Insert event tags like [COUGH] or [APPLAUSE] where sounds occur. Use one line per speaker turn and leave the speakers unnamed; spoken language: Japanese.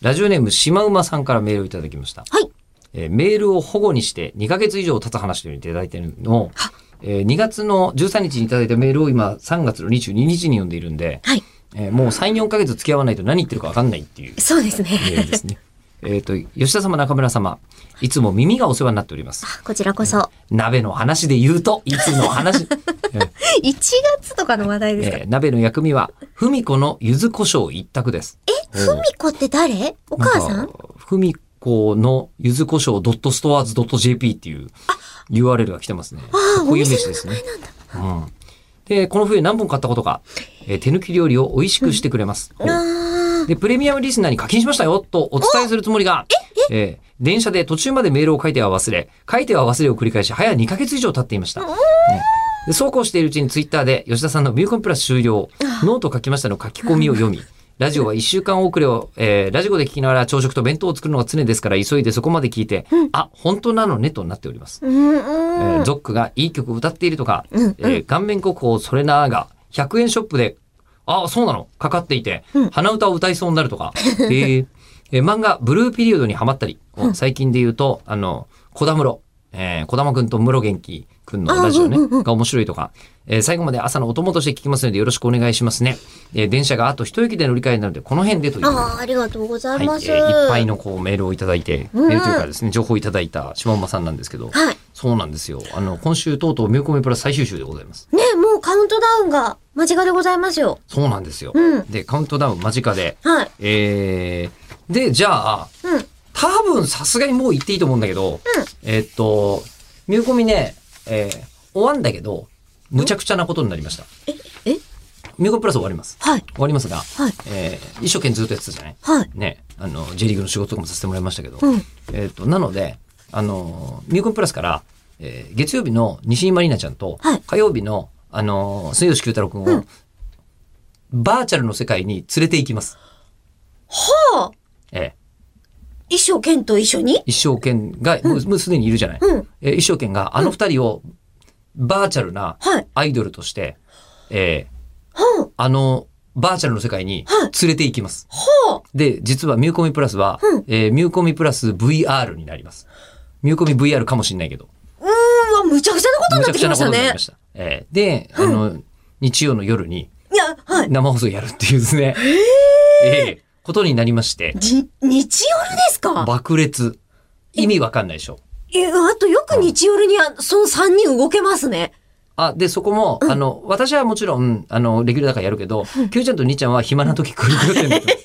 ラジオネームシマウマさんからメールをいただきました。
はい。
えーメールを保護にして2ヶ月以上経つ話というのをいただいてるのを、えー2月の13日にいただいたメールを今3月の22日に読んでいるんで、
はい。
えーもう3、4ヶ月付き合わないと何言ってるか分かんないっていう
そうですね。
メールですね。 [LAUGHS] えっと、吉田様、中村様、いつも耳がお世話になっております。
こちらこそ。
鍋の話で言うと、いつの話、 [LAUGHS] えー
1月とかの話題ですか、
えー鍋の薬味は、芙美子の柚子胡椒一択です。
え、ふみこって誰お母さん
なんか芙美子の柚子胡椒 .stores.jp っていう URL が来てますね。
ああ、
かっ
お
こいい
店
名刺
の
です
名
ね
前。なん
う
だ。
ん、で、この冬何本買ったことか、えー手抜き料理を美味しくしてくれます。
あ
で、プレミアムリスナーに課金しましたよとお伝えするつもりが、えー電車で途中までメールを書いては忘れ、書いては忘れを繰り返し、早2ヶ月以上経っていました。ねでそうこうしているうちにツイッターで吉田さんのミューコンプラス終了、ノート書きましたの書き込みを読 [LAUGHS] み、ラジオは1週間遅れを、えーラジコで聞きながら朝食と弁当を作るのが常ですから急いでそこまで聞いて、あ、本当なのねとなっております。
あ、うん、
え
う
ー
ん。
ゾックがいい曲を歌っているとか、
うんうん
えー顔面国宝それなーが100円ショップで、ああ、そうなのかかっていて、
うん
鼻歌を歌いそうになると
[LAUGHS]
か、えーえー漫画ブルーピリオドにハマったり、最近で言うと、あの、小田室、えー、小玉くんと室元気くんのラジオね、
あうんうんうん
が面白いとか、えー最後まで朝のお供として聞きますのでよろしくお願いしますね。えー電車があと一駅で乗り換えになるので、この辺でという。
ああ、ありがとうござ
はいい、え
ます。
ーいっぱい。のこうメールをいただいて、
うん
メールというかですね、情報をいただいた島馬さんなんですけど、
はい。
そうなんですよ。あの、今週とうとう見込みプラス最終週でございます。
ねもうカウントダウンが間近でございますよ。
そうなんですよ。
うん
で、カウントダウン間近で。
はい。
えー、で、じゃあ、
うん。
多分さすがにもう言っていいと思うんだけど、えーっと、見込みね、えー、終わんだけど、むちゃくちゃなことになりました。
え、え
見込みプラス終わります。
はい。
終わりますが、
はい。
えー、一生懸命ずっとやってたじゃない
はい。
ね、あの、J リーグの仕事とかもさせてもらいましたけど、
うん。
えーっと、なので、あの、ミューコンプラスから、えー月曜日の西井まりなちゃんと、
はい
火曜日の、あのー、末吉久太郎くんを、
うん
バーチャルの世界に連れて行きます。
はあ、
え
衣装剣と一緒に
ー一生懸が、もうもうすでにいるじゃない。
うん。
えー一生懸が、あの二人を、バーチャルな
はい。
アイドルとして、え
はあ
ー、あの、バーチャルの世界に
はい
連れて行きます。
はあ、
で、実はミューコミプラスは、
うん
えーミューコミプラス VR になります。ミューコミ VR かもしれないけど。
うーん、わ、むちゃくちゃなことに
むちゃ
なって
く
き
ちゃ
ま
な
し
こ
た
とになり
ね
ま。した。えーで、あの、日曜の夜に
いや、はい。
生放送やるっていうですね、えーことになりまして、
じ、日夜ですか
爆裂。意味わかんないでしょ。
え、あとよく日夜にあ、その3人動けますね。
あ、で、そこも、あの、私はもちろん、あの、レギュラーだからやるけど、Q
[LAUGHS]
ちゃんと兄ちゃんは暇な時来る予定になってます